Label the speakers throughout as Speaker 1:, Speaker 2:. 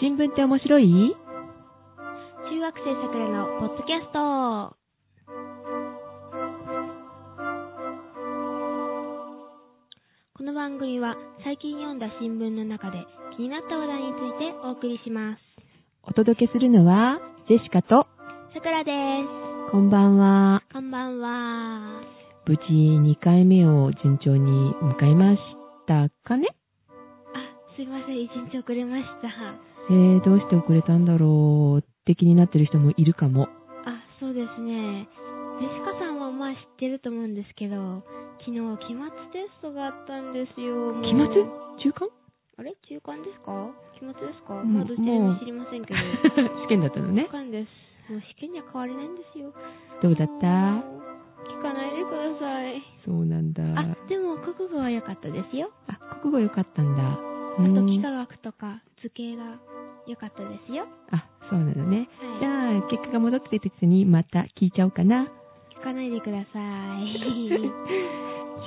Speaker 1: 新聞って面白い
Speaker 2: 中学生さくらのポッドキャスト。この番組は最近読んだ新聞の中で気になった話題についてお送りします。
Speaker 1: お届けするのは、ジェシカと、
Speaker 2: さくらです。
Speaker 1: こんばんは。
Speaker 2: こんばんは。
Speaker 1: 無事2回目を順調に迎えましたかね
Speaker 2: あ、すいません。一日遅れました。
Speaker 1: えー、どうして遅れたんだろうって気になってる人もいるかも。
Speaker 2: あ、そうですね。ジェシカさんはまあ知ってると思うんですけど、昨日期末テストがあったんですよ。もう
Speaker 1: 期末中間
Speaker 2: あれ中間ですか期末ですか
Speaker 1: もう
Speaker 2: まあどちら
Speaker 1: も
Speaker 2: も
Speaker 1: う
Speaker 2: 知りませんけど。
Speaker 1: 試験だったのね
Speaker 2: 中。間です。もう試験には変わりないんですよ。
Speaker 1: どうだった
Speaker 2: もう聞かないでください。
Speaker 1: そうなんだ。
Speaker 2: あ、でも国語は良かったですよ。
Speaker 1: あ、国語良かったんだ。
Speaker 2: あ
Speaker 1: う
Speaker 2: と
Speaker 1: ん
Speaker 2: 幾何学とか図形が良かったですよ。
Speaker 1: あ、そうなのね。
Speaker 2: はい
Speaker 1: じゃあ、結果が戻ってきた時にまた聞いちゃおうかな。
Speaker 2: 聞かないでくださ い。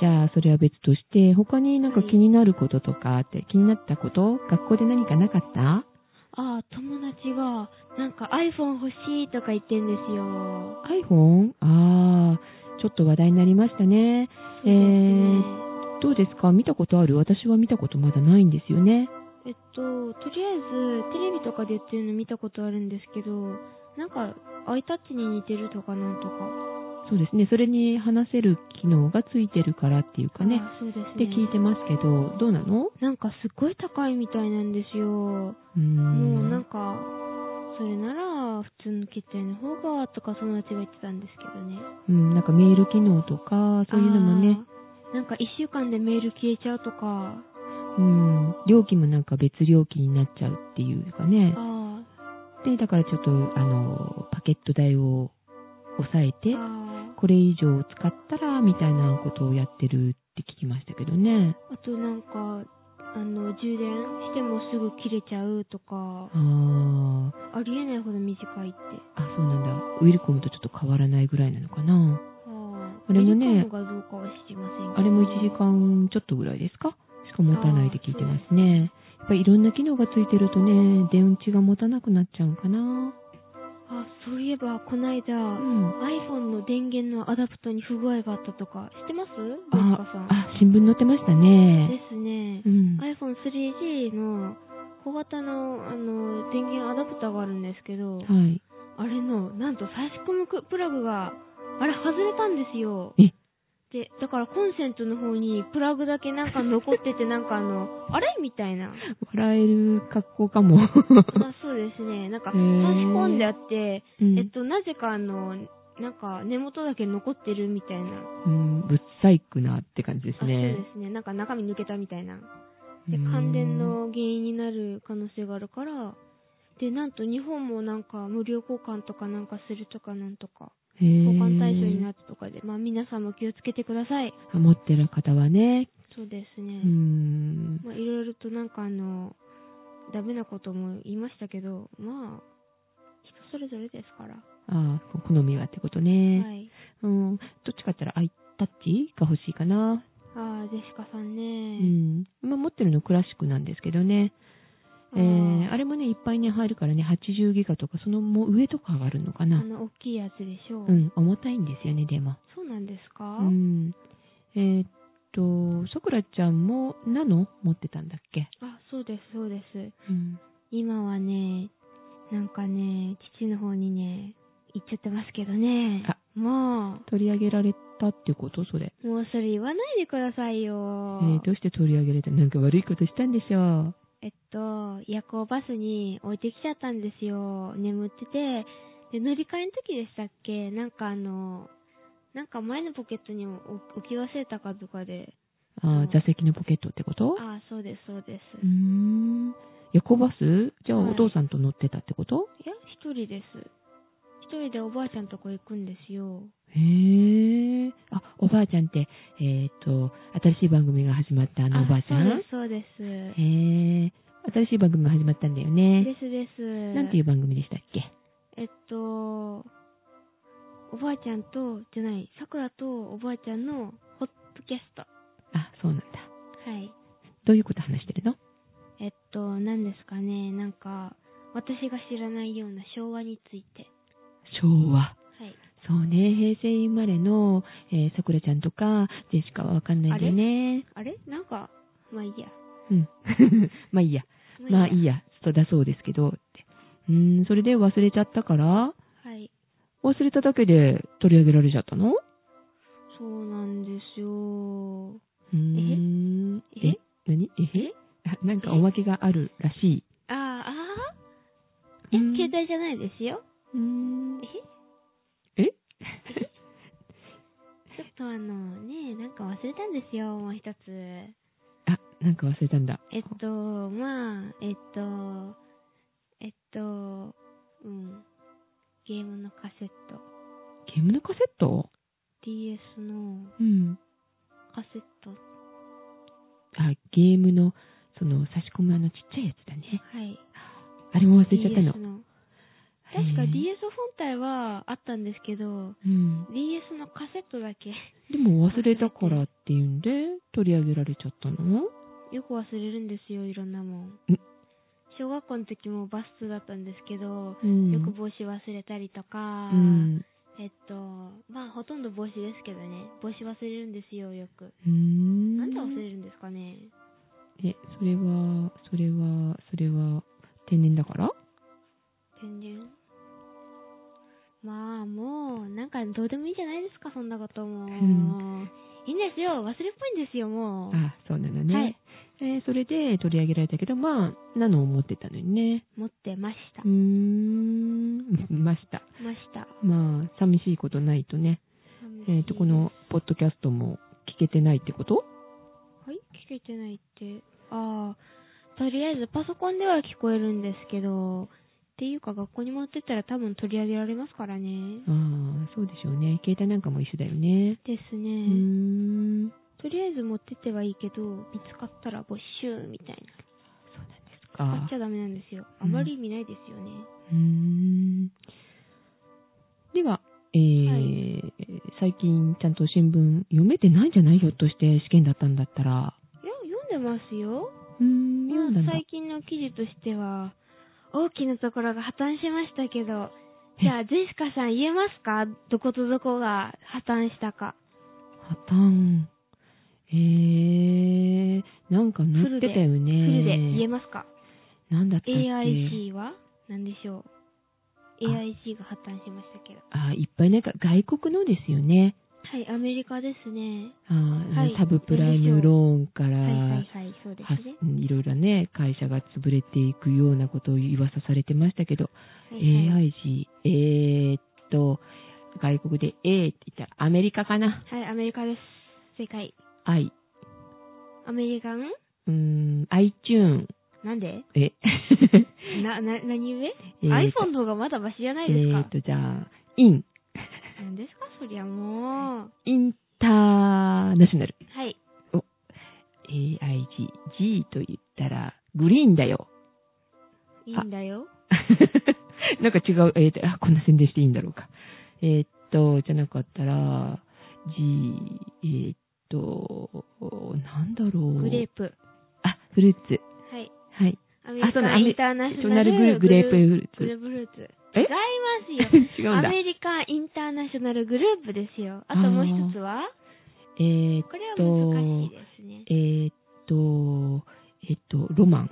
Speaker 1: じゃあ、それは別として、他になんか
Speaker 2: はい
Speaker 1: 気になることとかって、気になったこと学校で何かなかった
Speaker 2: あ、友達がなんか iPhone 欲しいとか言ってんですよ。
Speaker 1: ?iPhone? ああ、ちょっと話題になりましたね。えー、どうですか見たことある私は見たことまだないんですよね。
Speaker 2: えっと、とりあえずテレビとかで言ってるの見たことあるんですけど、なんか iTouch に似てるとかなんとか。
Speaker 1: そうですね。それに話せる機能がついてるからっていうかね。
Speaker 2: あそうです
Speaker 1: って
Speaker 2: ね。
Speaker 1: 聞いてますけど、どうなの
Speaker 2: なんかすごい高いみたいなんですよ。
Speaker 1: うーん。
Speaker 2: もうなんか、それなら普通の携帯の方がとか友達が言ってたんですけどね。
Speaker 1: うん、なんかメール機能とか、そういうのもね。
Speaker 2: あー。なんか一週間でメール消えちゃうとか、
Speaker 1: うん、料金もなんか別料金になっちゃうっていうかね。
Speaker 2: あ
Speaker 1: で、だからちょっと、あの、パケット代を抑え
Speaker 2: ー
Speaker 1: て、
Speaker 2: あ
Speaker 1: これ以上使ったら、みたいなことをやってるって聞きましたけどね。
Speaker 2: ーあとなんか、あの、充電してもすぐ切れちゃうとか
Speaker 1: あ、ー、
Speaker 2: ありえないほど短いって。
Speaker 1: あ、そうなんだ。ウィルコムとちょっと変わらないぐらいなのかな。
Speaker 2: あ
Speaker 1: あれもね
Speaker 2: がどうかは知りませんけど
Speaker 1: あれも1時間ちょっとぐらいですかしか持たないで聞いてますね。やっぱりいろんな機能がついてるとね、電池が持たなくなっちゃうかな。
Speaker 2: あ、そういえば、こない
Speaker 1: う
Speaker 2: だ、
Speaker 1: ん。
Speaker 2: iPhone の電源のアダプタに不具合があったとか、知ってますジェシカさん。
Speaker 1: あ、あ、新聞載ってました
Speaker 2: で
Speaker 1: ね。
Speaker 2: すね
Speaker 1: う。ん。
Speaker 2: iPhone3G の小型のあの電源アダプターがあるんですけど、
Speaker 1: はい。
Speaker 2: あれの、なんと差し込むくプラグが、あれ外れたんですよ。
Speaker 1: え
Speaker 2: で、だからコンセントの方にプラグだけなんか残ってて、なんかあの、あれみたいな。
Speaker 1: 笑える格好か も。
Speaker 2: まあそうですね。なんか
Speaker 1: へ
Speaker 2: 差し
Speaker 1: ー
Speaker 2: 込んであって、
Speaker 1: うん
Speaker 2: えっと、なぜかあの、なんか根元だけ残ってるみたいな。
Speaker 1: うん、ぶっさいくなって感じで
Speaker 2: あ
Speaker 1: す
Speaker 2: そう
Speaker 1: ね
Speaker 2: で。すね。なんか中身抜けたみたいな。で、
Speaker 1: うん
Speaker 2: 感電。の原因になる可能性があるから、で、なんと日本もなんか無料交換とかなんかするとかなんとか、
Speaker 1: 交
Speaker 2: 交換対象になったとかで、まあ皆さんも気をつけてください。
Speaker 1: 持ってる方はね。
Speaker 2: そうです
Speaker 1: う
Speaker 2: ね。
Speaker 1: ん。
Speaker 2: まあいろいろとなんかあの、ダメなことも言いましたけど、まあ、人それぞれですから。
Speaker 1: ああ、好みはってことね。
Speaker 2: はい。
Speaker 1: うん。どっちかって言ったら、アイタッチが欲しいかな。
Speaker 2: ああ、ジェシカさん
Speaker 1: う
Speaker 2: ね。
Speaker 1: ん。まあ、持ってるのクラシックなんですけどね。えー、
Speaker 2: あ
Speaker 1: あれもね、いっぱいね、入るからね、80ギガとか、そのもう上とか上がるのか
Speaker 2: あ
Speaker 1: な
Speaker 2: あ。の、大きいやつでしょう。
Speaker 1: うん、重たいんですよね、でも。
Speaker 2: そうなんですか、
Speaker 1: うん。えーっと、さくらちゃんも、ナノ持ってたんだっけ
Speaker 2: あ、そうです、そうです。
Speaker 1: うん。
Speaker 2: 今はね、なんかね、父の方にね、行っちゃってますけどね。
Speaker 1: あ
Speaker 2: もう、
Speaker 1: 取り上げられたってことそれ。
Speaker 2: もうそれ言わないでください
Speaker 1: え
Speaker 2: よ。
Speaker 1: ーどうして取り上げられたなんか悪いことしたんでしょう。
Speaker 2: えっと、夜行バスに置いてきちゃったんですよ。眠ってて。で、乗り換えの時でしたっけなんかあの、なんか前のポケットにも置置き忘れたかとかで。
Speaker 1: あ
Speaker 2: うん
Speaker 1: ー座席のポケットってこと
Speaker 2: ああ、そうです、そうです。
Speaker 1: うーん。夜行バスじゃあ
Speaker 2: はい
Speaker 1: お父さんと乗ってたってこと、
Speaker 2: いや、一人です。一人でおばあちゃんとこ行くんですよ。
Speaker 1: へえ。あ、おばあちゃんって、えーっと、新しい番組が始まったあのおばあちゃん
Speaker 2: そうです、そうです。
Speaker 1: へえ。新しい番組が始まったんだよね。
Speaker 2: ですです。
Speaker 1: なんていう番組でしたっけ
Speaker 2: えっと、おばあちゃんと、じゃない、さくらとおばあちゃんのホットキャスト。
Speaker 1: あ、そうなんだ。
Speaker 2: はい。
Speaker 1: どういうこと話してるの
Speaker 2: えっと、何ですかね、なんか、私が知らないような昭和について。
Speaker 1: 昭和。
Speaker 2: はい。
Speaker 1: そうね、平成生まれの、えー、さくらちゃんとか、ジェシカはわかんないんだよね。
Speaker 2: あれなんか、まあいいや。
Speaker 1: うん。 まあいいや。まあいいや。そうだそうですけど、って。うーん、それで忘れちゃったから、
Speaker 2: はい。
Speaker 1: 忘れただけで取り上げられちゃったの
Speaker 2: そうなんですよ。
Speaker 1: うーん。
Speaker 2: え
Speaker 1: え何えへあなんかおまけがあるらしい。
Speaker 2: あーあーえ、
Speaker 1: うん
Speaker 2: 携帯じゃないですよ。
Speaker 1: うーん
Speaker 2: えち
Speaker 1: え
Speaker 2: ょっとあの、ねなんか忘れたんですよ、もう一つ。
Speaker 1: あ、なんか忘れたんだ。
Speaker 2: えっと、まあ、えっと、えっと、うん。ゲームのカセット。
Speaker 1: ゲームのカセット
Speaker 2: DS の
Speaker 1: うん。
Speaker 2: カセット。
Speaker 1: あ、ゲームの、その、差し込むあのちっちゃいやつだね。
Speaker 2: はい。
Speaker 1: あれも忘れちゃったの
Speaker 2: DS。の確か
Speaker 1: へえ
Speaker 2: DS 本体はあったんですけど、
Speaker 1: うん。
Speaker 2: DS のカセットだけ
Speaker 1: でも忘れたからっていうんで、取り上げられちゃったの
Speaker 2: よく忘れるんですよ、いろんなもん
Speaker 1: ん。
Speaker 2: 小学校の時もバスだったんですけど、
Speaker 1: うん
Speaker 2: よく帽子忘れたりとか、
Speaker 1: うん。
Speaker 2: えっと、まあほとんど帽子ですけどね、帽子忘れるんですよ、よく。
Speaker 1: うーん。
Speaker 2: なんで忘れるんですかね
Speaker 1: え、それは、それは、それは、天然だから
Speaker 2: 全然。まあもう、なんかどうでもいいじゃないですか、そんなことも。
Speaker 1: ん
Speaker 2: いいんですよ、忘れっぽいんですよ、もう。
Speaker 1: あ、そうなのね。
Speaker 2: はい
Speaker 1: えーそれで取り上げられたけど、まあ、なのを持ってたのにね。
Speaker 2: 持ってました
Speaker 1: うー。ん、 ました。
Speaker 2: ました。
Speaker 1: まあ、寂しいことないとね。えっ、と、この、ポッドキャストも聞けてないってこと
Speaker 2: はい、聞けてないって。ああ、とりあえずパソコンでは聞こえるんですけど、っていうか学校に持ってったら多分取り上げられますからね。
Speaker 1: ああ、そうでしょうね。携帯なんかも一緒だよね。
Speaker 2: です
Speaker 1: うー
Speaker 2: ね。
Speaker 1: ん、
Speaker 2: とりあえず持ってってはいいけど、見つかったら没収みたい
Speaker 1: そうなんです
Speaker 2: な。買っ
Speaker 1: か
Speaker 2: ち。ゃダメなんですよ。
Speaker 1: う
Speaker 2: あ
Speaker 1: ん
Speaker 2: まり見ないですよね。
Speaker 1: うーん。では、えー
Speaker 2: は
Speaker 1: 最近ちゃんと新聞読めてないんじゃないひょっとして試験だったんだったら。
Speaker 2: いや、読んでますよ。
Speaker 1: うーん、読んだんだ。
Speaker 2: 最近の記事としては、大きなところが破綻しましたけど、じゃあ、ジェシカさん言えますかどことどこが破綻したか。
Speaker 1: 破綻。えー、なんか載ってたよね。
Speaker 2: フルで言えますか
Speaker 1: なんだったっけ
Speaker 2: ?AIG は何でしょう
Speaker 1: あ
Speaker 2: ?AIG が破綻しましたけど。
Speaker 1: あ、いっぱいなんか外国のですよね。
Speaker 2: はい、アメリカですね。
Speaker 1: あー
Speaker 2: はい
Speaker 1: サブプライムローンから、
Speaker 2: はいはいはい、そうですね。
Speaker 1: はいろいろね、会社が潰れていくようなことを言わさされてましたけど、
Speaker 2: はいはい
Speaker 1: AIG、えーっと、外国で A って言ったらアメリカかな
Speaker 2: はい、アメリカです。正解。
Speaker 1: ?I、
Speaker 2: アメリカン
Speaker 1: うーん、iTune、
Speaker 2: なんで
Speaker 1: え、
Speaker 2: な、な、何故
Speaker 1: ー
Speaker 2: ?iPhone の方がまだマシじゃないです
Speaker 1: えー
Speaker 2: か
Speaker 1: っ。と、じゃあ、IN、
Speaker 2: 何ですかそりゃもう。
Speaker 1: インターナショナル、
Speaker 2: はい。
Speaker 1: AIG、G と言ったら、グリーンだよ。
Speaker 2: いいんだよ。
Speaker 1: なんか違う、えーと、あ、こんな宣伝していいんだろうか。えーっと、じゃなかったら、G、えーっと、なんだろう。
Speaker 2: グレープ。
Speaker 1: あ、フルーツ。
Speaker 2: はい。
Speaker 1: はい。
Speaker 2: アメリ
Speaker 1: そうな
Speaker 2: カ
Speaker 1: の
Speaker 2: ンインターナシ
Speaker 1: ジョ
Speaker 2: ョ
Speaker 1: ナ
Speaker 2: ナ
Speaker 1: ル
Speaker 2: ル
Speaker 1: グレーグレープフル
Speaker 2: グレ
Speaker 1: ーツ。
Speaker 2: ープフルーツ。
Speaker 1: え
Speaker 2: 違います よ。
Speaker 1: 違うんだ
Speaker 2: ア。メリカンインターナショナルグループですよ。あともう一つは
Speaker 1: えーっ
Speaker 2: これは
Speaker 1: と、
Speaker 2: 難しいですね。
Speaker 1: えーっと、えーっと、ロ マン。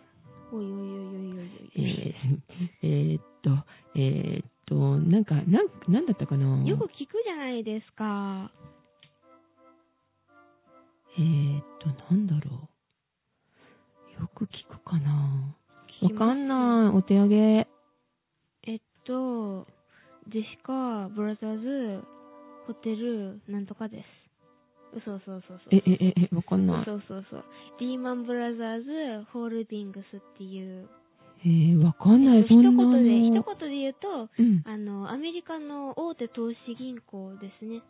Speaker 2: おいおいおいおいおいおい。
Speaker 1: えーえーっと、えーっと、なんか、なん、なんだったかな
Speaker 2: よく聞くじゃないですか。
Speaker 1: えーっと、なんだろう。よく聞くかな
Speaker 2: 聞
Speaker 1: わ
Speaker 2: きます
Speaker 1: かんない。お手上げ。
Speaker 2: えっと、ジェシカ、ブラザーズ、ホテル、なんとかです。嘘嘘嘘嘘。
Speaker 1: え、え、え、え、わかんない。
Speaker 2: そうそうそう。リーマンブラザーズホールディングスっていう。
Speaker 1: えー、わかんない。
Speaker 2: 一
Speaker 1: そんな
Speaker 2: 言
Speaker 1: の。
Speaker 2: で、一言で言うと、
Speaker 1: うん。
Speaker 2: あの、アメリカの大手投資銀行ですね。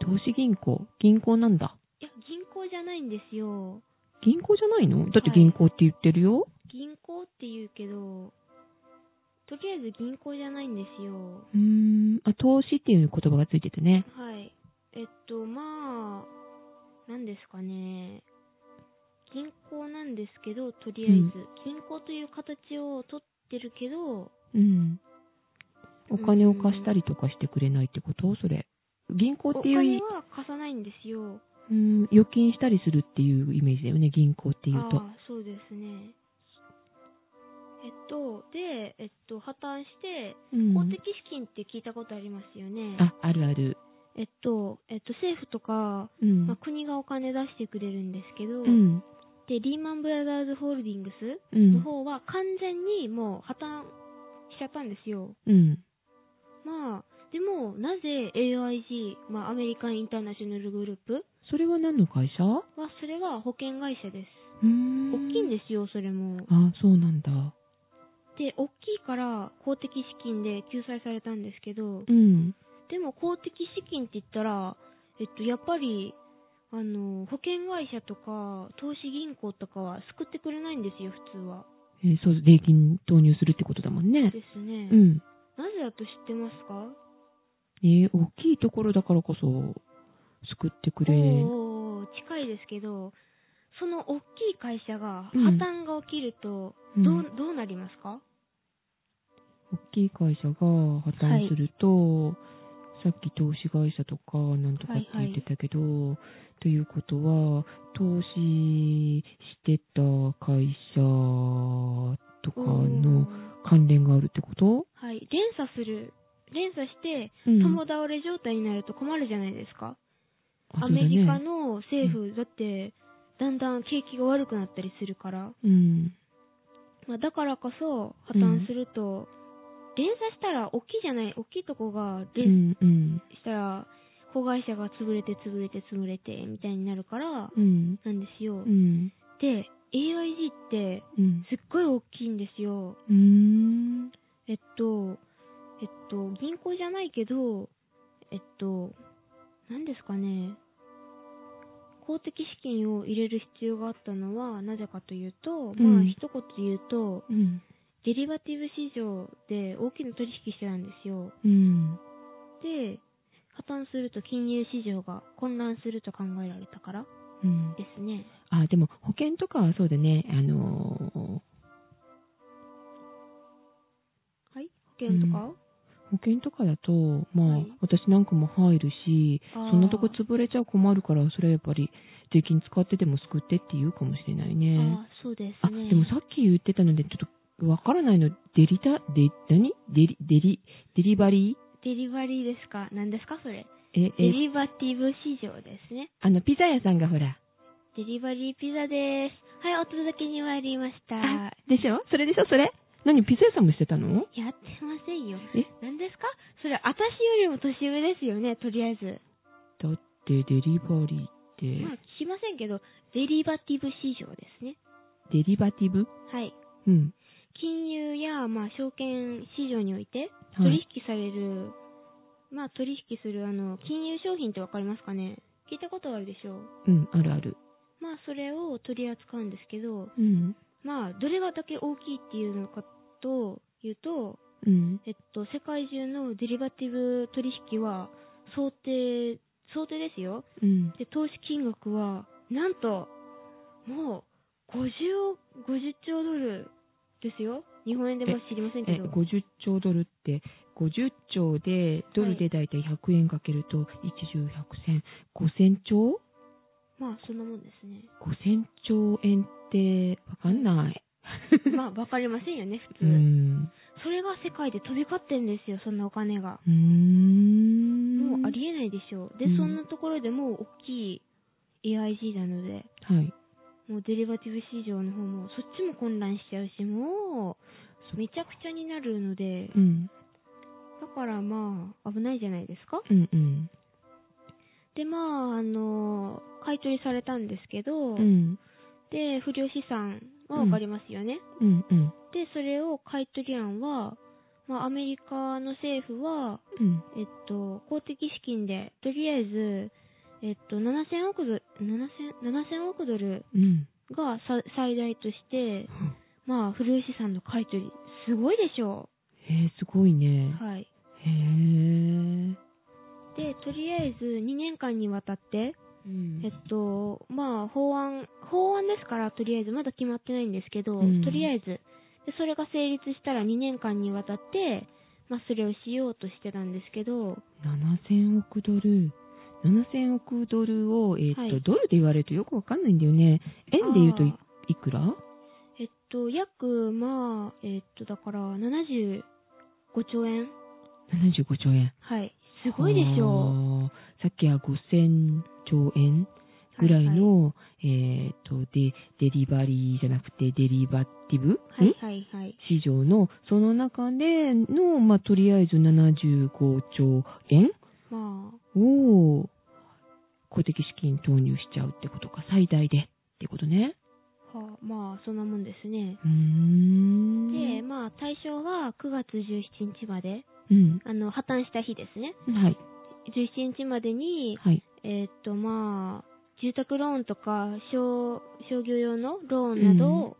Speaker 1: 投資銀行。銀行なんだ。
Speaker 2: いや、銀行じゃないんですよ。
Speaker 1: 銀行じゃないのだって
Speaker 2: はい
Speaker 1: 銀行って言ってるよ。
Speaker 2: 銀行って言うけど、とりあえず銀行じゃないんですよ。
Speaker 1: うーん。あ、投資っていう言葉がついててね。
Speaker 2: はい。えっと、まあ、なんですかね。銀行なんですけど、とりあえず、
Speaker 1: うん
Speaker 2: 銀行という形をとってるけど、
Speaker 1: うん。お金を貸したりとかしてくれないってことそれ。銀行
Speaker 2: お
Speaker 1: っていう
Speaker 2: 金、は貸さないんですよ。
Speaker 1: うん、預金したりするっていうイメージだよね、銀行っていうと。
Speaker 2: ああ、そうですね。えっと、で、えっと、破綻して、
Speaker 1: うん
Speaker 2: 公的資金って聞いたことありますよね。
Speaker 1: あ、あるある。
Speaker 2: えっと、えっと、政府とか、
Speaker 1: うん。
Speaker 2: まあ、国がお金出してくれるんですけど、
Speaker 1: うん。
Speaker 2: で、リーマンブラザーズホールディングス
Speaker 1: う
Speaker 2: の
Speaker 1: ん。
Speaker 2: 方は完全にもう破綻しちゃったんですよ。
Speaker 1: うん。
Speaker 2: まあ、でも、なぜ AIG、まあ、アメリカンインターナショナルグループ
Speaker 1: それは何の会社う
Speaker 2: は、それは保険会社です。
Speaker 1: ーん。
Speaker 2: 大きいんですよ、それも。
Speaker 1: あ、そうなんだ。
Speaker 2: で、大きいから公的資金で救済されたんですけど
Speaker 1: う、ん。
Speaker 2: でも公的資金って言ったら、えっと、やっぱり、あの、保険会社とか、投資銀行とかは救ってくれないんですよ、普通は。
Speaker 1: えーそう、税金投入するってことだもんね
Speaker 2: で。すね。
Speaker 1: うん。
Speaker 2: なぜだと知ってますか
Speaker 1: えー大きいところだからこそ、救ってくれ。
Speaker 2: おー近いですけど、その大きい会社が破
Speaker 1: うん
Speaker 2: 綻が起きると、
Speaker 1: うん
Speaker 2: どう、どうなりますか
Speaker 1: 大きい会社が破綻すると、さっき投資会社とかなんとかって言ってたけど、ということは投資してた会社とか
Speaker 2: お
Speaker 1: の
Speaker 2: ー
Speaker 1: 関連があるってこと
Speaker 2: はい。連鎖する。連鎖して、
Speaker 1: うん
Speaker 2: 共倒れ状態になると困るじゃないですか。
Speaker 1: あ
Speaker 2: アメリカ
Speaker 1: そうだね
Speaker 2: の政府、だって、だんだん景気が悪くなったりするから。
Speaker 1: うん
Speaker 2: まあ、だからこそ、破綻すると、連鎖したら、大きいじゃない、大きいとこが
Speaker 1: う
Speaker 2: 連
Speaker 1: んうん
Speaker 2: 鎖したら、子会社が潰れて潰れて潰れて、みたいになるから、
Speaker 1: うん
Speaker 2: なんですよ。
Speaker 1: うん
Speaker 2: で、AIG って、
Speaker 1: うん
Speaker 2: すっごい大きいんですよ。
Speaker 1: うーん
Speaker 2: えっと、えっと、銀行じゃないけど、えっと、何ですかね。公的資金を入れる必要があったのは、なぜかというと、
Speaker 1: う
Speaker 2: まあ、
Speaker 1: ん
Speaker 2: 一言言うと、
Speaker 1: うん
Speaker 2: デリバティブ市場で大きな取引してたんですよ。
Speaker 1: うん
Speaker 2: で、破綻すると金融市場が混乱すると考えられたから
Speaker 1: うん
Speaker 2: ですね。
Speaker 1: あでも保険とかはそうだねあの
Speaker 2: はい保険とか、
Speaker 1: ー保険とかだと、まあ、
Speaker 2: はい
Speaker 1: 私なんかも入るし、
Speaker 2: あー
Speaker 1: そんなとこ潰れちゃ困るから、それはやっぱり税金使ってでも救ってって言うかもしれないね。
Speaker 2: ああ、そうです
Speaker 1: あ、
Speaker 2: ね。
Speaker 1: でもさっき言ってたので、ちょっとわからないの、デリタ、デ、何デリ、デリ、デリバリー
Speaker 2: デリバリーですか何ですかそれ。
Speaker 1: え、え
Speaker 2: デ、リバティブ市場ですね。
Speaker 1: あの、ピザ屋さんがほら、
Speaker 2: デリバリーピザです。はい、お届けに参りました。
Speaker 1: あ、でしょそれでしょそれ何ピザ屋さんもしてたの
Speaker 2: やってませんよ。
Speaker 1: え
Speaker 2: 何ですかそれ、私よりも年上ですよね、とりあえず。
Speaker 1: だってデリバリー
Speaker 2: まあ
Speaker 1: って、、
Speaker 2: 聞きませんけど、デリバティブ市場ですね。
Speaker 1: デリバティブ
Speaker 2: はい。
Speaker 1: うん。
Speaker 2: 金融や、まあ、証券市場において、
Speaker 1: はい
Speaker 2: 取引される、まあ、取引する、あの、金融商品ってわかりますかね聞いたことあるでしょう。
Speaker 1: うん、あるある。
Speaker 2: まあ、それを取り扱うんですけど、
Speaker 1: うん。
Speaker 2: まあ、どれがだけ大きいっていうのかというと、
Speaker 1: うん。
Speaker 2: えっと、世界中のデリバティブ取引は、想定、想定ですよ。
Speaker 1: うん。
Speaker 2: で、投資金額は、なんと、もう、50億、50兆ドルですよ。日本円でも知りませんけ
Speaker 1: え
Speaker 2: ど。
Speaker 1: 50兆ドルって50兆でドルでだいたい100円かけると1十100千5000兆
Speaker 2: まあ、そんなもんです ね。
Speaker 1: 5000兆円ってわかんない。
Speaker 2: まあ、わかりませんよね、普
Speaker 1: う
Speaker 2: 通。
Speaker 1: ん。
Speaker 2: それが世界で飛び交ってんですよ、そんなお金が。
Speaker 1: うーん。
Speaker 2: もうありえないでしょう。で、
Speaker 1: うん
Speaker 2: そんなところでもう大きい AIG なので、
Speaker 1: はい。
Speaker 2: もうデリバティブ市場の方も、そっちも混乱しちゃうし、もう、めちゃくちゃになるので、
Speaker 1: うん。
Speaker 2: だからまあ、危ないじゃないですか。
Speaker 1: うんうん。
Speaker 2: で、まあ、あの、買い取りされたんですけど、
Speaker 1: うん。
Speaker 2: で、不良資産はわかりますよね。
Speaker 1: うんうん。
Speaker 2: で、それを買い取り案は、まあ、アメリカの政府は、
Speaker 1: うん。
Speaker 2: えっと、公的資金で、とりあえず、えっと、7000億ドル、7000、7000億ドル
Speaker 1: うん。
Speaker 2: がさ最大として、まあ、古吉さんの買い取り、すごいでしょ。
Speaker 1: へえ、すごいうね。
Speaker 2: はい。
Speaker 1: へえ。
Speaker 2: で、とりあえず2年間にわたって、
Speaker 1: うん
Speaker 2: えっと、まあ、法案、法案ですから、とりあえず、まだ決まってないんですけど、
Speaker 1: うん
Speaker 2: とりあえず、で、それが成立したら2年間にわたって、まあ、それをしようとしてたんですけど、
Speaker 1: 7000億ドル。7000億ドルを、えーっと、
Speaker 2: はい
Speaker 1: ドルで言われるとよくわかんないんだよね。円で言うとい
Speaker 2: あ
Speaker 1: いくら
Speaker 2: えっと、約、まあ、えっと、だから、75兆円
Speaker 1: ?75 兆円。
Speaker 2: はい。すごいでしょ
Speaker 1: あーさっきは5000兆円ぐらいの、えーっと、で、デリバリーじゃなくて、デリバティブ、
Speaker 2: はい
Speaker 1: ん
Speaker 2: はいはい。
Speaker 1: 市場の、その中での、まあ、とりあえず75兆円
Speaker 2: まあ、
Speaker 1: を公的資金投入しちゃうってことか、最大でってことね。
Speaker 2: はあまあ、そんなもんですね。
Speaker 1: うーん。
Speaker 2: で、まあ、対象は9月17日まで、
Speaker 1: うん。
Speaker 2: あの、破綻した日ですね。
Speaker 1: はい。
Speaker 2: 17日までに、
Speaker 1: はい。
Speaker 2: えーっと、まあ、住宅ローンとか、商、商業用のローンなど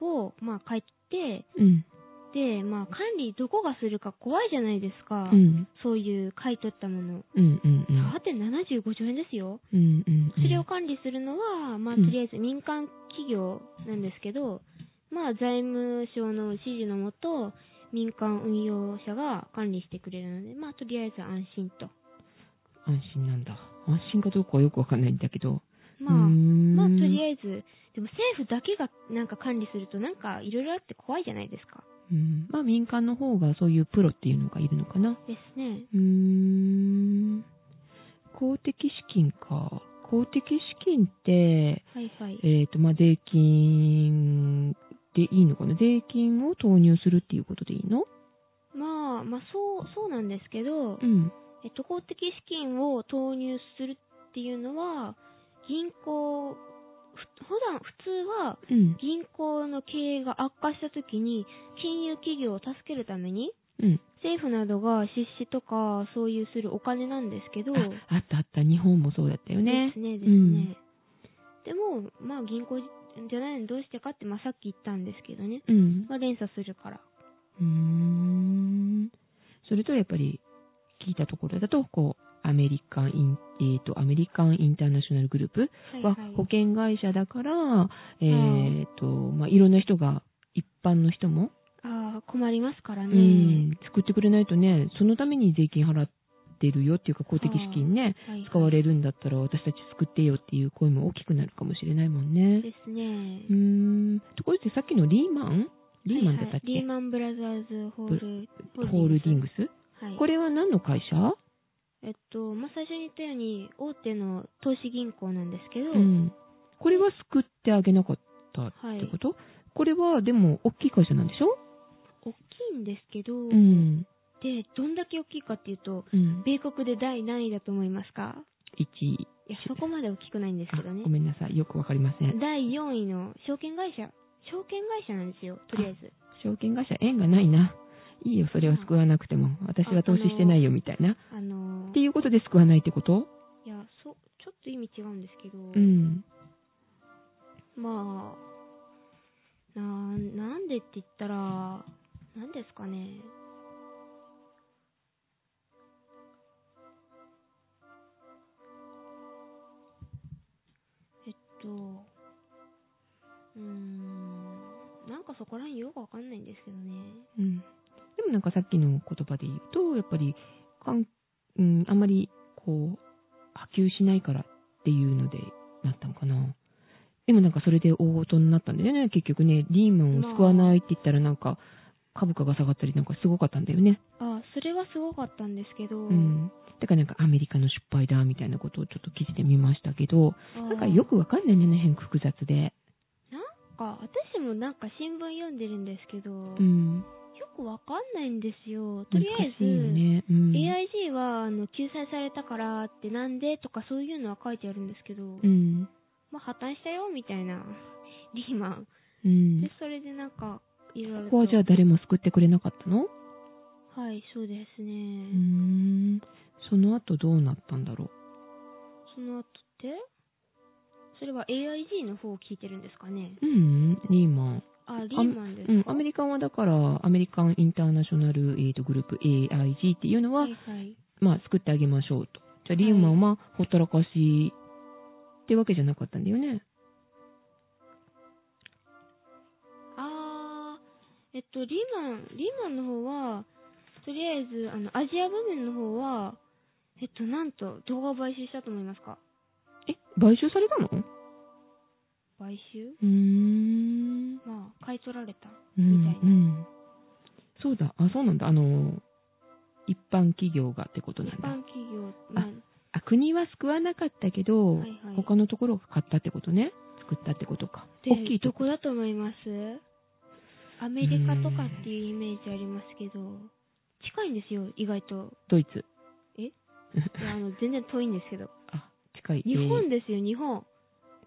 Speaker 2: を、まあ、買って、
Speaker 1: うん。
Speaker 2: で、まあ、管理どこがするか怖いじゃないです
Speaker 1: う
Speaker 2: か。
Speaker 1: ん。
Speaker 2: そういう買い取ったもの。
Speaker 1: うん。うん。うん。
Speaker 2: さて、75兆円ですよ。
Speaker 1: うん。うん。
Speaker 2: それを管理するのは、まあ、
Speaker 1: うん
Speaker 2: とりあえず民間企業なんですけど、まあ、財務省の指示のもと、民間運用者が管理してくれるので、まあ、とりあえず安心と。
Speaker 1: 安心なんだ。安心かどうかはよくわかんないんだけど。
Speaker 2: まあ、
Speaker 1: うーん
Speaker 2: まあ、とりあえず、でも政府だけがなんか管理すると、なんかいろいろあって怖いじゃないですか。
Speaker 1: うん。まあ、民間の方がそういうプロっていうのがいるのかな。
Speaker 2: ですね。
Speaker 1: うーん。公的資金か。公的資金って、
Speaker 2: はいはい。
Speaker 1: えっ、と、まあ、税金でいいのかな税金を投入するっていうことでいいの
Speaker 2: まあ、まあ、そう、そうなんですけど、
Speaker 1: ん。
Speaker 2: えっと、公的資金を投入するっていうのは、銀行、ふ普段、普通は、
Speaker 1: うん。
Speaker 2: 銀行の経営が悪化した時に、金融企業を助けるために、
Speaker 1: うん。
Speaker 2: 政府などが出資とか、そういうするお金なんですけど、
Speaker 1: ああったあった。日本もそうだったよね。
Speaker 2: ですね、ですね。
Speaker 1: うん
Speaker 2: でも、まあ銀行じゃないのどうしてかって、まあさっき言ったんですけどね。
Speaker 1: うん。
Speaker 2: まあ連鎖するから。
Speaker 1: うーん。それとやっぱり聞いたところだと、こう、アメリカンイン、えーと、アメリカンインターナショナルグループ
Speaker 2: はいは。
Speaker 1: はい保険会社だから、えーと、まあ、いろんな人が、一般の人も、
Speaker 2: ああ、困りますから
Speaker 1: う
Speaker 2: ね。
Speaker 1: ん、作ってくれないとね、そのために税金払ってるよっていうか、公的資金ね、
Speaker 2: はい、
Speaker 1: 使われるんだったら私たち作ってよっていう声も大きくなるかもしれないもん
Speaker 2: る
Speaker 1: ね。
Speaker 2: ですね
Speaker 1: う。ーん。ところでさっきのリーマンリーマンだったっけ、
Speaker 2: はいはいリーマンブラザーズホール、
Speaker 1: ホールディン
Speaker 2: グ
Speaker 1: グス
Speaker 2: ス。はい。
Speaker 1: これは何の会社
Speaker 2: えっと、まあ、最初に言ったように、大手の投資銀行なんですけど、
Speaker 1: うん、これは救ってあげなかったっ
Speaker 2: はい
Speaker 1: て。こと、これはでも大きい会社なんでしょ
Speaker 2: 大きいんですけど、
Speaker 1: うん。
Speaker 2: で、どんだけ大きいかっていうと、
Speaker 1: うん。
Speaker 2: 米国で第何位だと思いますか
Speaker 1: 1位。
Speaker 2: いや、そこまで大きくないんですけどね
Speaker 1: あご。めんなさい。よくわかりません。
Speaker 2: 第4位の証券会社。証券会社なんですよ、とりあえず。
Speaker 1: 証券会社縁がないな。いいよ、それは救わなくても。私は投資してないよ、みたいな。
Speaker 2: あのー
Speaker 1: っていうことで救わないってこと
Speaker 2: いや、そう、ちょっと意味違うんですけど、
Speaker 1: うん。
Speaker 2: まあ、なん、なんでって言ったら、なんですかね。えっと、うーん、なんかそこら辺よくわかんないんですけどね。
Speaker 1: うん。でもなんかさっきの言葉で言うと、やっぱり、かん、うん、あんまり、こう、波及しないからっていうので、なったのかな。でもなんかそれで大事になったんだよね、結局ね。リーマンを救わないって言ったらなんか、株価が下がったりなんかすごかったんだよね。
Speaker 2: あ、それはすごかったんですけど、
Speaker 1: うん。だからなんかアメリカの失敗だみたいなことをちょっと記事で見ましたけど、なんかよくわかんないんだよね、変複雑で。
Speaker 2: あ私もなんか新聞読んでるんですけど、
Speaker 1: うん。
Speaker 2: よくわかんないんですよ。と
Speaker 1: 難
Speaker 2: りあえ
Speaker 1: しいよ
Speaker 2: ず、
Speaker 1: ね。うん。
Speaker 2: AIG はあの救済されたからってなんでとかそういうのは書いてあるんですけど、
Speaker 1: うん。
Speaker 2: まあ破綻したよみたいな、リーマン。
Speaker 1: うん。
Speaker 2: で、それでなんか、いろいろと。
Speaker 1: ここはじゃあ誰も救ってくれなかったの
Speaker 2: はい、そうです
Speaker 1: う
Speaker 2: ね。
Speaker 1: ーんその後どうなったんだろ
Speaker 2: その後ってそれは AIG の方を聞いてるんですかね
Speaker 1: う。うん、リーマン。
Speaker 2: あ、リーマンです
Speaker 1: う
Speaker 2: か。
Speaker 1: ん、アメリカンはだから、アメリカンインターナショナル、えー、とグループ AIG っていうのは、
Speaker 2: はいはい。
Speaker 1: まあ、救ってあげましょうと。じゃあ、リーマンはほったらかしってわけじゃなかったんだよね。
Speaker 2: あー、えっと、リーマン、リーマンの方は、とりあえず、あの、アジア部分の方は、えっと、なんと、動画を買収したと思いますか
Speaker 1: え、買収されたのう
Speaker 2: 買収
Speaker 1: ーん。
Speaker 2: まあ、買い取られた、
Speaker 1: う
Speaker 2: みたい
Speaker 1: ん、う
Speaker 2: な。
Speaker 1: ん。そうだ、あ、そうなんだ。あの、一般企業がってこと
Speaker 2: 一
Speaker 1: なんだ。
Speaker 2: 般企業、まあ、
Speaker 1: あ、国は救わなかったけど、
Speaker 2: はいはい
Speaker 1: 他のところが買ったってことね。作ったってことか。
Speaker 2: で
Speaker 1: 大きいと
Speaker 2: ど
Speaker 1: こ。
Speaker 2: こだと思いますアメリカとかっていうイメージありますけど、近いんですよ、意外と。
Speaker 1: ドイツ。
Speaker 2: えいやあの、全然遠いんですけど。
Speaker 1: あ、近い。
Speaker 2: 日
Speaker 1: えー
Speaker 2: 本ですよ、日本。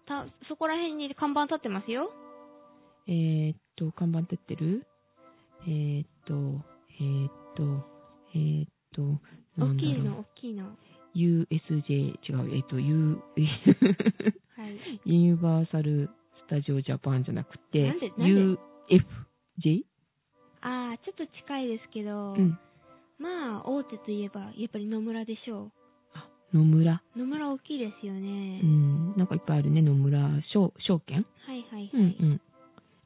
Speaker 2: た、そこら辺に看板立ってますよ。
Speaker 1: えーっと、看板立ってるえーっと、えーっと、えーっと、な
Speaker 2: 大
Speaker 1: んだ
Speaker 2: きい
Speaker 1: ろ
Speaker 2: の、
Speaker 1: う。
Speaker 2: 大きいの。は
Speaker 1: USJ、違う、えーっと、U、
Speaker 2: い。
Speaker 1: ユニバーサル・スタジオ・ジャパンじゃなくて
Speaker 2: なんでなん
Speaker 1: UFJ?
Speaker 2: あー、ちょっと近いですけど、
Speaker 1: うん。
Speaker 2: まあ、大手といえば、やっぱり野村でしょ
Speaker 1: あ、野村。
Speaker 2: う。野村大きいですよ
Speaker 1: う
Speaker 2: ね。
Speaker 1: ん。なんかいっぱいあるね、野村証証券
Speaker 2: はいはいはい。
Speaker 1: うんうん。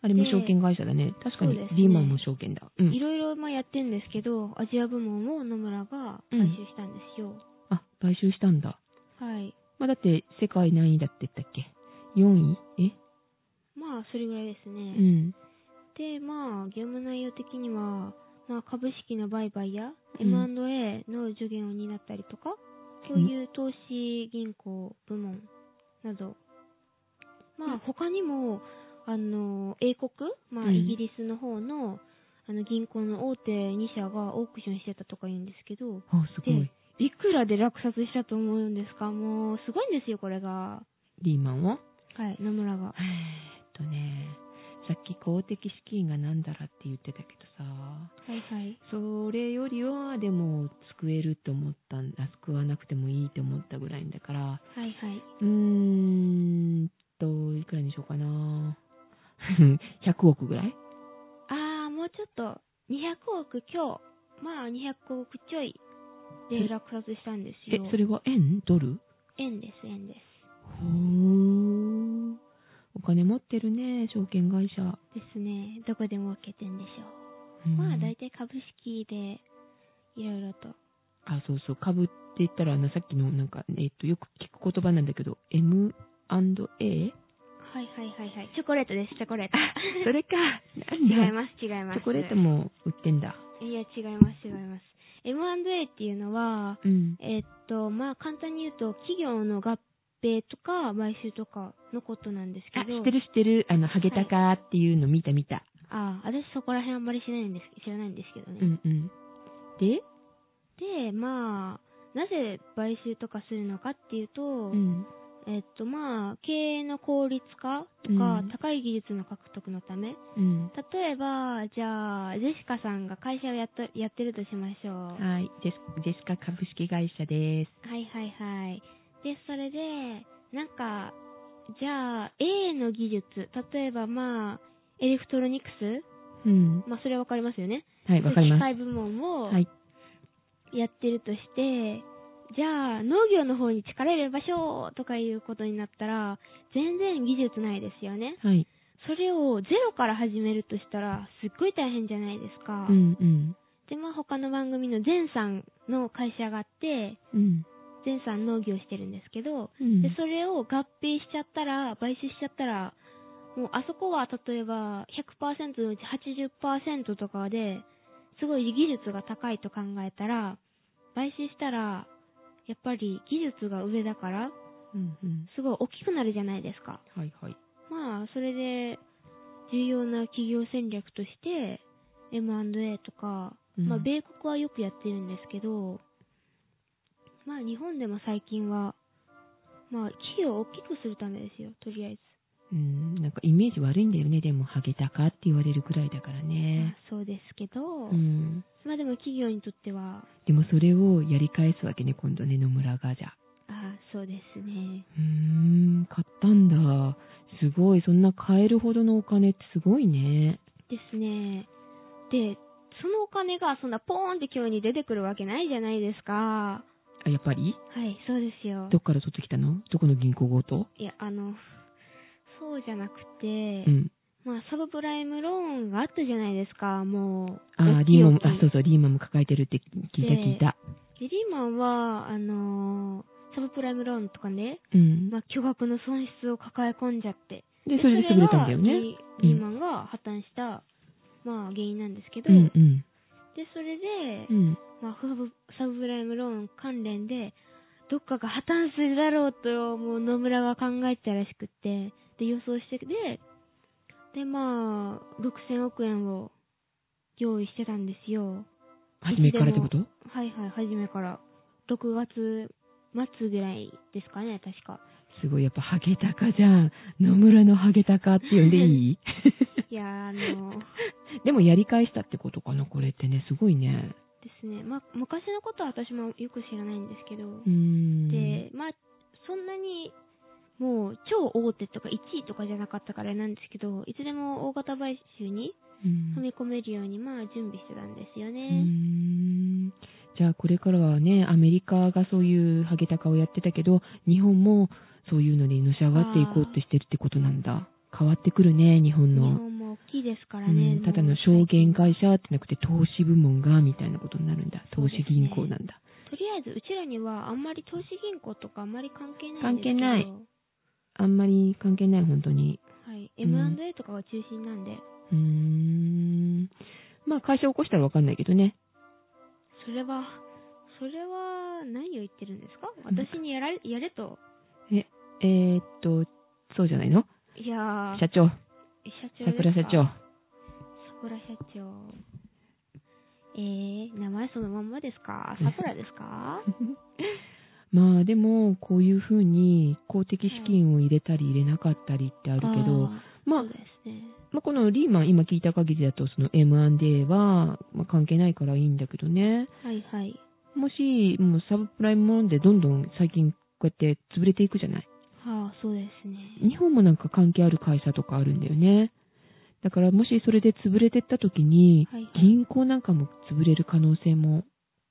Speaker 1: あれも
Speaker 2: で
Speaker 1: 証券会社だね。確かに
Speaker 2: そうですね
Speaker 1: リーマンも証券だ。う
Speaker 2: い
Speaker 1: ん。
Speaker 2: ろいろまあやってんですけど、アジア部門を野村が買収したんですよ。
Speaker 1: あ、買収したんだ。
Speaker 2: はい。
Speaker 1: まあ、だって世界何位だって言ったっけ ?4 位
Speaker 2: まあ、それぐらいです
Speaker 1: えう
Speaker 2: ね。
Speaker 1: ん。
Speaker 2: で、まあ、業務内容的には、まあ、株式の売買や
Speaker 1: うん
Speaker 2: M&A の助言を担ったりとか、そういう投資銀行部門など。まあ、他にも、あの、英国、ま
Speaker 1: う
Speaker 2: あ、
Speaker 1: ん
Speaker 2: イギリスの方の、あの、銀行の大手2社がオークションしてたとか言うんですけど、
Speaker 1: あ、すごい
Speaker 2: で。いくらで落札したと思うんですかもう、すごいんですよ、これが。
Speaker 1: リーマンは
Speaker 2: はい、野村が。
Speaker 1: えーっとね、さっき公的資金がなんだらって言ってたけどさ、
Speaker 2: はいはい。
Speaker 1: それよりはでも救えると思ったんだ救わなくてもいいと思ったぐらいんだから
Speaker 2: はいはい。
Speaker 1: うーんといくらにしようかな 100億ぐらい
Speaker 2: あー、もうちょっと、200億強。まあ、200億ちょい
Speaker 1: え
Speaker 2: で落札したんです
Speaker 1: え
Speaker 2: よ。
Speaker 1: それは円ドル
Speaker 2: 円です、円です。
Speaker 1: ほーお金持ってるね証券会社、
Speaker 2: ですね。どこで儲けてんでしょ
Speaker 1: う
Speaker 2: う。
Speaker 1: ん
Speaker 2: まあ、大体株式で、いろいろと。
Speaker 1: あそうそう株って言ったらあのさっきのなんか、えっとよく聞く言葉なんだけど M&A
Speaker 2: はいはいはいはい。チョコレートです、チョコレート。
Speaker 1: それかなんだ
Speaker 2: 違います、違いま
Speaker 1: チ
Speaker 2: す。
Speaker 1: ョコレートも売ってんだ
Speaker 2: いや、違います、違います。M&A っていうのは、
Speaker 1: うん
Speaker 2: えっと、まあ、簡単に言うと、企業の合併とか、買収とかのことなんですけ
Speaker 1: あ、
Speaker 2: ど、
Speaker 1: 知ってる知ってる。あの、ハゲタカっていうの見た見た。
Speaker 2: あ私そこら辺あんまり知らないんです、知らないんですけどね。
Speaker 1: うんうん。で
Speaker 2: で、まあ、なぜ買収とかするのかっていうと、
Speaker 1: うん。
Speaker 2: えっと、まあ、経営の効率化と
Speaker 1: う
Speaker 2: か
Speaker 1: ん、
Speaker 2: 高い技術の獲得のため、
Speaker 1: うん。
Speaker 2: 例えば、じゃあ、ジェシカさんが会社をやっとやってるとしましょう。は
Speaker 1: はい。ジェスジェシカ株式会社です。
Speaker 2: いはいはい。で、それで、なんか、じゃあ、A の技術、例えばまあ、エレクトロニクス
Speaker 1: うん。
Speaker 2: まあ、それわかりますよね。
Speaker 1: はい、わかりま
Speaker 2: 機
Speaker 1: す。
Speaker 2: 械部門を、
Speaker 1: はい。
Speaker 2: やってるとして、じゃあ農業の方に力入れましょうとかいうことになったら、全然技術ないですよね。
Speaker 1: はい。
Speaker 2: それをゼロから始めるとしたら、すっごい大変じゃないですか。
Speaker 1: うんうん。
Speaker 2: で、まあ他の番組の全さんの会社があって、
Speaker 1: うん。
Speaker 2: 全さん農業してるんですけど、
Speaker 1: うん
Speaker 2: で、それを合併しちゃったら、買収しちゃったら、もうあそこは例えば100%のうち80%とかですごい技術が高いと考えたら、買収したら、やっぱり技術が上だから、
Speaker 1: うんうん。
Speaker 2: すごい大きくなるじゃないですか。
Speaker 1: はいはい。
Speaker 2: まあ、それで、重要な企業戦略として、M&A とか、
Speaker 1: うん
Speaker 2: まあ、米国はよくやってるんですけど、まあ、日本でも最近は、まあ、企業を大きくするためですよ、とりあえず。
Speaker 1: うん。なんかイメージ悪いんだよね。でも、ハゲタカって言われるくらいだから
Speaker 2: まあ
Speaker 1: ね。、
Speaker 2: そうですけど、
Speaker 1: うん。
Speaker 2: まあでも企業にとっては、
Speaker 1: でも、それをやり返すわけね、今度ね、野村がじゃ。
Speaker 2: あそうですね。
Speaker 1: うーん、買ったんだ。すごい。そんな買えるほどのお金ってすごいね。
Speaker 2: ですね。で、そのお金がそんなポーンって今日に出てくるわけないじゃないですか。は
Speaker 1: あ、やっぱり
Speaker 2: い、そうですよ
Speaker 1: ど。っから取ってきたのどこの銀行強盗
Speaker 2: いや、あの、そうじゃなくて、
Speaker 1: うん。
Speaker 2: まあ、サブプライムローンがあったじゃないですか、もう。
Speaker 1: ああ、
Speaker 2: 大き
Speaker 1: リ
Speaker 2: い
Speaker 1: ーマンも
Speaker 2: 大き、い
Speaker 1: あ、そうそう、リーマンも抱えてるって聞いた
Speaker 2: で
Speaker 1: 聞いた。
Speaker 2: リリーマンは、あのーサブプライムローンとかね、
Speaker 1: うん。
Speaker 2: まあ、巨額の損失を抱え込んじゃって。
Speaker 1: で、それで潰れたんだよね
Speaker 2: それが。リリーマンが破綻した、まあ、原因なんですけ
Speaker 1: う
Speaker 2: ど、
Speaker 1: んうん。
Speaker 2: で、それで、
Speaker 1: うん。
Speaker 2: まあ、サブサブプライムローン関連で、どっかが破綻するだろうと、もう野村は考えてたらしくって、で、予想して、で、で、まあ、6000億円を用意してたんですよ。
Speaker 1: 初めからってこと
Speaker 2: いつでもはいはい、初めから。6月末ぐらいですかね、確か。
Speaker 1: すごい、やっぱ、ハゲタカじゃん。野村のハゲタカって呼んでいい
Speaker 2: いやー、あの、
Speaker 1: でも、やり返したってことかな、これってね。すごいね。
Speaker 2: ですね。まあ、昔のことは私もよく知らないんですけど、
Speaker 1: うーん。
Speaker 2: で、まあ、そんなに、もう、超大手とか1位とかじゃなかったからあれなんですけど、いつでも大型買収に
Speaker 1: うん、
Speaker 2: 踏み込めるように、まあ、準備してたんですよ
Speaker 1: うー
Speaker 2: ね。
Speaker 1: んじゃあこれからはね、アメリカがそういうハゲタカをやってたけど、日本もそういうのにのし上がっていこうとしてるってことなんだ。変わってくるね、日本
Speaker 2: 日
Speaker 1: の。
Speaker 2: 本も大きいですから
Speaker 1: う
Speaker 2: ね。
Speaker 1: んただの証券会社ってなくて投資部門がみたいなことになるんだ。投資銀行なんだ。
Speaker 2: とりあえず、うちらにはあんまり投資銀行とかあんまり関係ないん
Speaker 1: 関
Speaker 2: です
Speaker 1: 係
Speaker 2: けど。
Speaker 1: ないあんまり関係ない、本当に。
Speaker 2: はい。
Speaker 1: うん
Speaker 2: M&A とかが中心なんで、
Speaker 1: うーん。まあ会社起こしたらわかんないけどね。
Speaker 2: それは、それは何を言ってるんですか私にやられ、やれと。
Speaker 1: え、えーっと、そうじゃないの
Speaker 2: いやー、
Speaker 1: 社長、
Speaker 2: 社長です
Speaker 1: 桜
Speaker 2: か
Speaker 1: 社長。
Speaker 2: 桜社長。えー、名前そのまんまですか桜ですか
Speaker 1: まあでもこういうふうに公的資金を入れたり入れなかったりってあるけど、
Speaker 2: あー
Speaker 1: まあ
Speaker 2: そうですね。
Speaker 1: まあ、このリーマン今聞いた限りだとその M&A はまあ関係ないからいいんだけどね
Speaker 2: はいはい。
Speaker 1: もしもうサブプライムローンでどんどん最近こうやって潰れていくじゃない
Speaker 2: はあ、そうですね。
Speaker 1: 日本もなんか関係ある会社とかあるんだよねだからもしそれで潰れてった時に
Speaker 2: はいはい
Speaker 1: 銀行なんかも潰れる可能性も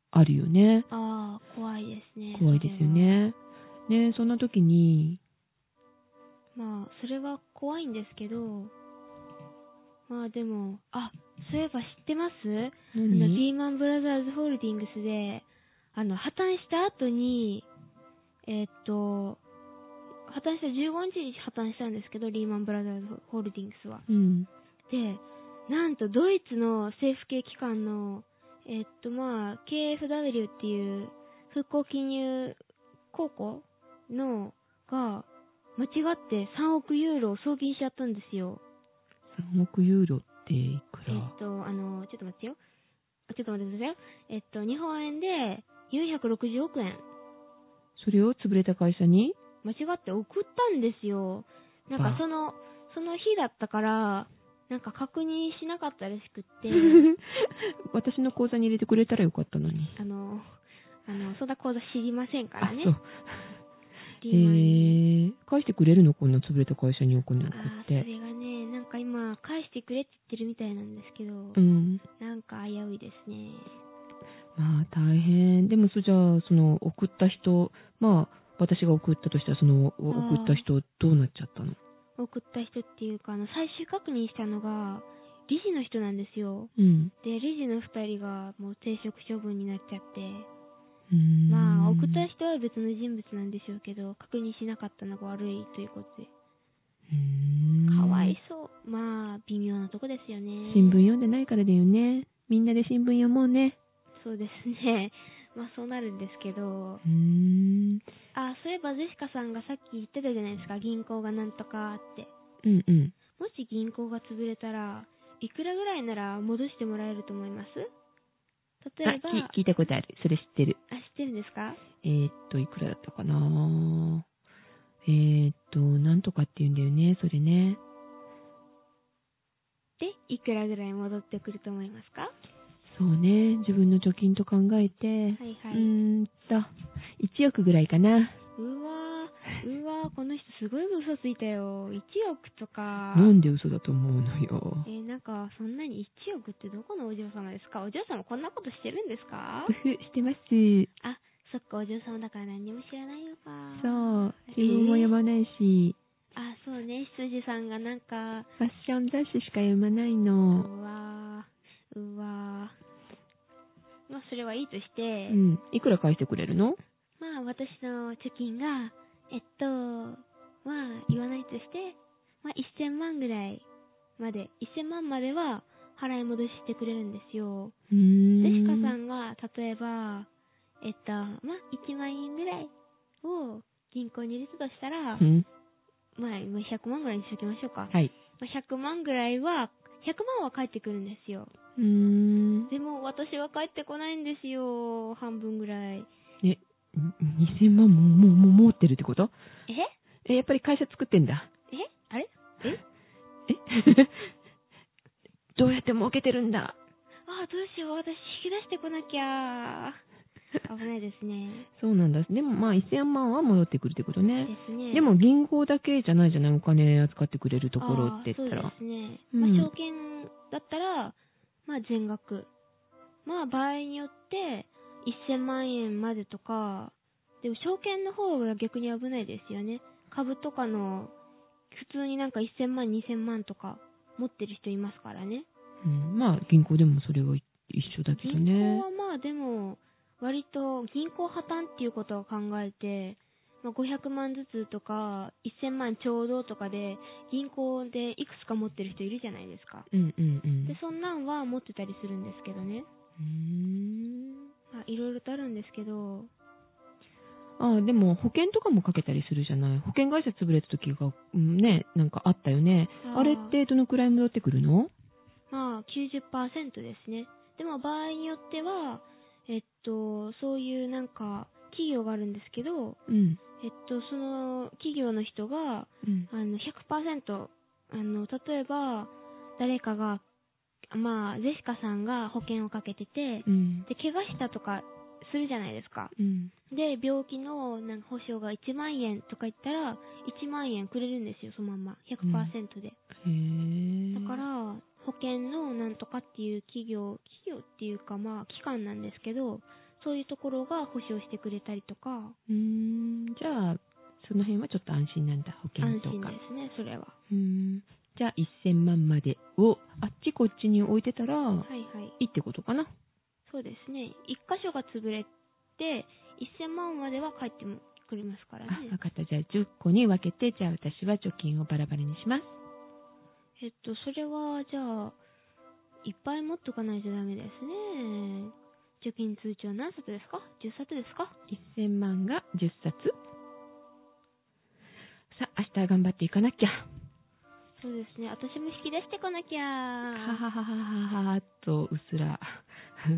Speaker 1: あるよね
Speaker 2: ああ、怖いですね。
Speaker 1: 怖いですよねねそんな時に
Speaker 2: それは。まあ、それは怖いんですけど、まあでも、あ、そういえば知ってますあの、
Speaker 1: 何
Speaker 2: リーマンブラザーズホールディングスで、あの、破綻した後に、えーっと、破綻した15日に破綻したんですけど、リーマンブラザーズホールディングスは。
Speaker 1: うん
Speaker 2: で、なんとドイツの政府系機関の、えーっと、まあ、KFW っていう復興金融高校のが、間違って3億ユーロを送金しちゃったんですよ。
Speaker 1: 3億ユーロっていく
Speaker 2: えっ
Speaker 1: ら
Speaker 2: と、あの、ちょっと待ってよ。あちょっと待ってくださいよ。えっと、日本円で460億円。
Speaker 1: それを潰れた会社に
Speaker 2: 間違って送ったんですよ。なん
Speaker 1: バ
Speaker 2: か
Speaker 1: カ
Speaker 2: その、その日だったから、なんか確認しなかったらしく って、
Speaker 1: 私の口座に入れてくれたらよかったのに。
Speaker 2: あの、あの、そんな口座知りませんか
Speaker 1: あ
Speaker 2: らね。、
Speaker 1: そう。え
Speaker 2: リーマン
Speaker 1: ー、返してくれるのこんな潰れた会社に送るなんか
Speaker 2: あー
Speaker 1: っ
Speaker 2: それ
Speaker 1: て。
Speaker 2: がね、なんか今、返してくれって言ってるみたいなんですけど、
Speaker 1: うん。
Speaker 2: なんか危ういですね。
Speaker 1: まあ大変。でもそじゃあ、その送った人、まあ私が送ったとしたら、そのお
Speaker 2: あー
Speaker 1: 送った人どうなっちゃったの
Speaker 2: 送った人っていうか、あの、最終確認したのが、理事の人なんですよ。
Speaker 1: うん。
Speaker 2: で、理事の二人がもう停職処分になっちゃって、
Speaker 1: うーん
Speaker 2: まあ、送った人は別の人物なんでしょうけど、確認しなかったのが悪いということで、
Speaker 1: うーん
Speaker 2: かわいそう。まあ、微妙なとこですよね。
Speaker 1: 新聞読んでないからだよね。みんなで新聞読もうね。
Speaker 2: そうですね。 まあ、そうなるんですけど、
Speaker 1: うーん。
Speaker 2: あ、そういえばゼシカさんがさっき言ってたじゃないですか、銀行がなんとかって。
Speaker 1: うんうん。
Speaker 2: もし銀行が潰れたら、いくらぐらいなら戻してもらえると思います例えば、
Speaker 1: あ、き聞いたことある。それ知ってる。
Speaker 2: あ、知ってるんですか
Speaker 1: えーっと、いくらだったかなえーっと、なんとかって言うんだよね、それね。
Speaker 2: で、いくらぐらい戻ってくると思いますかは
Speaker 1: そうね、自分の貯金と考えて、
Speaker 2: い
Speaker 1: う
Speaker 2: はい。
Speaker 1: ーんと、1億ぐらいかな。
Speaker 2: うわー、うわー、この人すごい嘘ついたよ。1億とか。
Speaker 1: なんで嘘だと思うのよ
Speaker 2: え。ーなんか、そんなに1億ってどこのお嬢様ですかお嬢様こんなことしてるんですか
Speaker 1: ふふ、してます。
Speaker 2: あ、そっか、お嬢様だから何にも知らないのか。
Speaker 1: そう、自分も読まないし、
Speaker 2: あ、そうね、羊さんがなんか、
Speaker 1: ファッション雑誌しか読まないうの。
Speaker 2: わー、うわー。まあ、それはいいとして、
Speaker 1: うん。いくら返してくれるの
Speaker 2: まあ、私の貯金が、えっと、まあ、言わないとして、まあ、1000万ぐらいまで、1000万までは払い戻ししてくれるんですよ。
Speaker 1: うー
Speaker 2: ジ
Speaker 1: ん。
Speaker 2: ェシカさんが、例えば、えっと、まあ、1万円ぐらいを銀行に入れたとしたら
Speaker 1: う、ん。
Speaker 2: まあ、今100万ぐらいにしときましょうか。
Speaker 1: はい。
Speaker 2: まあ、100万ぐらいは、100万は返ってくるんですよ。
Speaker 1: うーん。
Speaker 2: でも、私は返ってこないんですよ。半分ぐらい。
Speaker 1: え、2000万も、もう、もう、持ってるってこと
Speaker 2: え
Speaker 1: え、やっぱり会社作ってんだ。
Speaker 2: えあれえ
Speaker 1: え どうやって儲けてるんだ
Speaker 2: ああ、どうしよう。私、引き出してこなき ゃ。危ないですね。
Speaker 1: そうなんだ。でもまあ1000万は戻ってくるってこと
Speaker 2: で
Speaker 1: ね。
Speaker 2: すね。
Speaker 1: でも銀行だけじゃないじゃないお金扱ってくれるところって言った
Speaker 2: ああ
Speaker 1: ら。
Speaker 2: そうですね。
Speaker 1: うん
Speaker 2: まあ、証券だったら、まあ、全額。まあ、場合によって、1000万円までとか、でも、証券の方が逆に危ないですよね。株とかの、普通になんか1000万、2000万とか持ってる人いますからね。
Speaker 1: うん、まあ銀行でもそれは一緒だけど
Speaker 2: 銀行
Speaker 1: ね。
Speaker 2: はまあ、でも、割と銀行破綻っていうことを考えて、まあ、500万ずつとか、1000万ちょうどとかで、銀行でいくつか持ってる人いるじゃないですか。
Speaker 1: うんうんうん。
Speaker 2: で、そんなんは持ってたりするんですけどね。
Speaker 1: うーん
Speaker 2: まあ、いろいろとあるんですけど、
Speaker 1: ああ、でも保険とかもかけたりするじゃない。保険会社潰れた時が、うんね、なんかあったよね。
Speaker 2: あー
Speaker 1: あれってどのくらい戻ってくるの
Speaker 2: まあ、90%ですね。でも、場合によっては、えっと、そういうなんか、企業があるんですけど、
Speaker 1: うん。
Speaker 2: えっと、その企業の人が、
Speaker 1: うん。
Speaker 2: あの、100%、あの、例えば、誰かが、まあ、ジェシカさんが保険をかけてて、
Speaker 1: うん。
Speaker 2: で、怪我したとかするじゃないですか。
Speaker 1: うん。
Speaker 2: で、病気のなんか保証が1万円とか言ったら、1万円くれるんですよ、そのまんま。100%で。
Speaker 1: へえ。
Speaker 2: だから、、保険のなんとかっていう企業、企業っていうかまあ、機関なんですけど、そういうところが保証してくれたりとか、
Speaker 1: うーん、じゃあ、その辺はちょっと安心なんだ、保険
Speaker 2: 安
Speaker 1: と
Speaker 2: 心で
Speaker 1: か。
Speaker 2: すね、それは。
Speaker 1: うーん。じゃあ、1000万までを、あっちこっちに置いてたら、
Speaker 2: はいはい。
Speaker 1: いいってことかな。
Speaker 2: そうですね。一箇所が潰れて、1000万までは返ってもくれますから
Speaker 1: あ、わ
Speaker 2: ね。
Speaker 1: かった。じゃあ、10個に分けて、じゃあ私は貯金をバラバラにします。
Speaker 2: えっと、それは、じゃあ、いっぱい持っとかないとダメですね。貯金通帳何冊ですか ?10 冊ですか
Speaker 1: 1000万が10冊。さあ、明日頑張っていかなきゃ。
Speaker 2: そうですね。私も引き出してこなきゃ。
Speaker 1: はははははははっと、うっすら、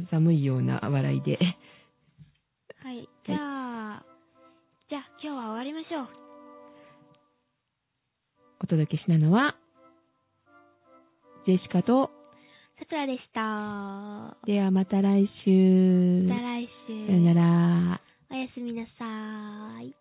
Speaker 1: 寒いような笑いで。
Speaker 2: はい。じゃあ、じゃあ今日は終わりましょう。
Speaker 1: お届けしたのは、ジェシカと、
Speaker 2: さくらでした。ま
Speaker 1: ではまた来週。
Speaker 2: た来週。
Speaker 1: さよなら。
Speaker 2: おやすみなさーい。